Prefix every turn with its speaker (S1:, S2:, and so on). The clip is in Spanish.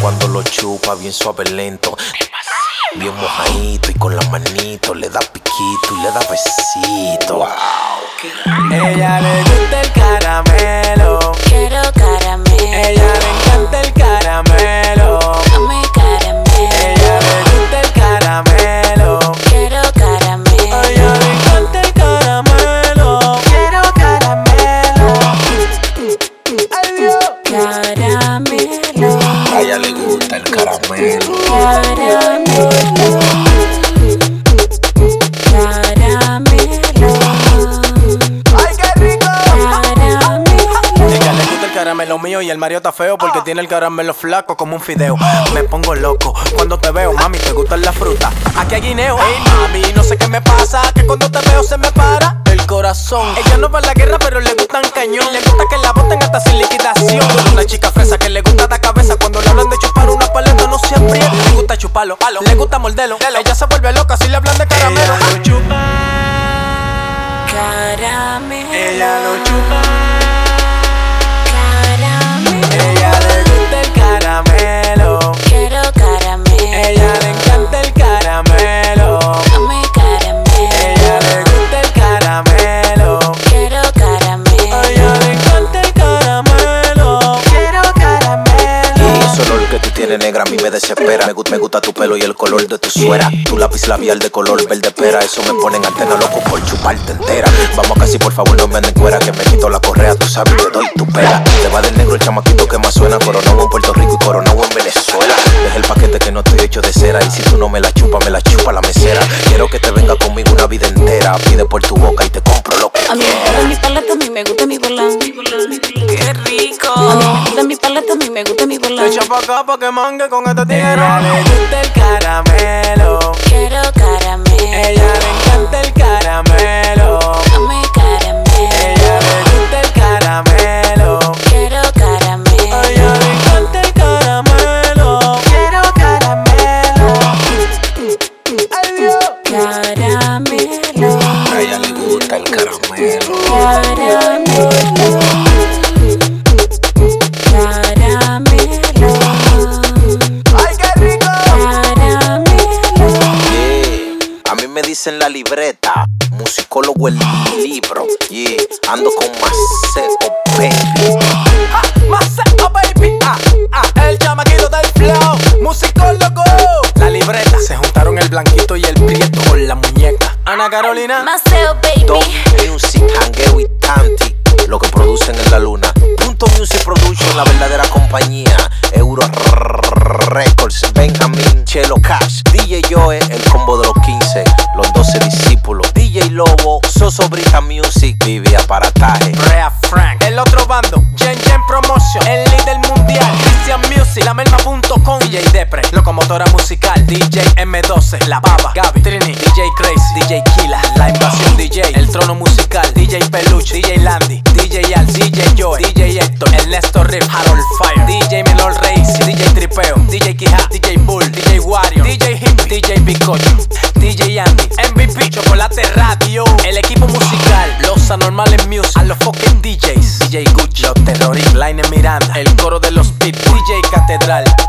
S1: cuando lo chupa bien suave, lento. Bien mojadito y con la manito le da piquito y le da besito.
S2: Ella le gusta el caramelo.
S3: Quiero caramelo.
S2: Ella le encanta el caramelo.
S3: Dame caramelo.
S2: Ella le gusta el caramelo.
S3: Quiero caramelo.
S2: A ella le encanta el caramelo. Quiero caramelo. Ay, Dios.
S3: Caramelo.
S1: A ella le gusta el caramelo.
S3: Caramelo. Caramelo.
S2: Ay, qué rico.
S3: Caramelo.
S2: Ella le gusta el caramelo mío y el Mario está feo porque tiene el caramelo flaco como un fideo. Me pongo loco cuando te veo, mami, te gustan las frutas. Aquí hay guineo, ey, mami, no sé qué me pasa, que cuando te veo se me para el corazón. Ella no va a la guerra, pero le gustan cañón. Le gusta que la boten hasta sin liquidación. Una chica fresa que le gusta la cabeza cuando le hablan de chupar una paleta, no se aprieta. Le gusta chuparlo, le gusta morderlo. Ella se vuelve loca si le hablan de caramelo. Ella lo chupa,
S3: Caramelo.
S2: lo chupa. Ella le
S3: Caramelo.
S2: gusta el caramelo.
S3: Quiero caramelo.
S2: Ella le encanta el caramelo.
S3: Dame
S2: Ella
S3: caramelo.
S2: le gusta el caramelo.
S3: Quiero caramelo.
S2: A ella le encanta el caramelo. Quiero caramelo.
S1: Y ese olor que tú tienes negra a mí me desespera. Me, gusta, me gusta tu pelo y el color de tu suera. Tu lápiz labial de color verde pera. Eso me pone en antena loco por chuparte entera. Vamos casi, por favor, no me anden cuera. Que me quito la correa, tú sabes, te doy tu pera. Te va del negro el chamaquito que más suena. Coronado en Puerto Rico y coronado en Venezuela. Es el paquete que no estoy hecho de cera. Y si tú no me la chupa, me la chupa la mesera. Quiero que te venga conmigo una vida entera. Pide por tu boca y te compro lo que
S3: A mí me gustan mis paletas, a mí me gusta mi volán. Qué rico. A mí me gustan mis paletas, a mí me gusta mi volán.
S2: Echa pa' acá pa' que mangue con este esta tierra. Ella le gusta el caramelo.
S3: Quiero caramelo.
S2: Ella le encanta el caramelo.
S3: Dame
S2: Ella
S3: caramelo.
S2: le gusta el caramelo.
S3: Quiero
S2: A ella
S3: caramelo.
S2: le encanta el caramelo. Quiero caramelo. Ay, Dios.
S3: Caramelo.
S1: A ella le gusta el caramelo.
S3: Caramelo. Caramelo.
S2: ¡Ay, qué rico!
S3: Caramelo.
S1: Yeah. A mí me dicen la libreta, musicólogo el libro. Yeah. Ando con Maceo Perry.
S2: Ah, Maceo, baby. Ah, ah, el chamaquito del flow, musicólogo. La libreta, se juntaron el blanquito y el prieto con la muñeca. Ana Carolina,
S3: Maceo,
S1: Don
S3: baby.
S1: Music, Hangueo y Tanti. Lo que producen en la luna. Punto Music Production, la verdadera compañía. Euro Records, Benjamin, Chelo Cash, DJ Joe, el combo de los 15, los 12 discípulos, DJ Lobo, Soso Brita Music, Vivi Aparataje.
S2: Rea Frank. El otro bando, Gen Gen Promotion. El líder mundial, Christian Music. La Melma.com, DJ Depre. Locomotora musical, DJ M12. La Baba, Gaby, Trini, DJ Crazy, DJ Kila. La invasión DJ, el trono musical, DJ Peluche, DJ Landy, DJ Al, DJ Joe, DJ Héctor, Ernesto Rip, Harold Fire, DJ Menor Racing, DJ Tripeo, DJ Quija, DJ Bull, DJ Wario, DJ Him, DJ Bicocho, DJ Andy, MVP, Chocolate Radio, el equipo musical, los anormales music, a los fucking DJs, DJ Gucci, los Terrorist, Line Miranda, el coro de los Pit, DJ Catedral,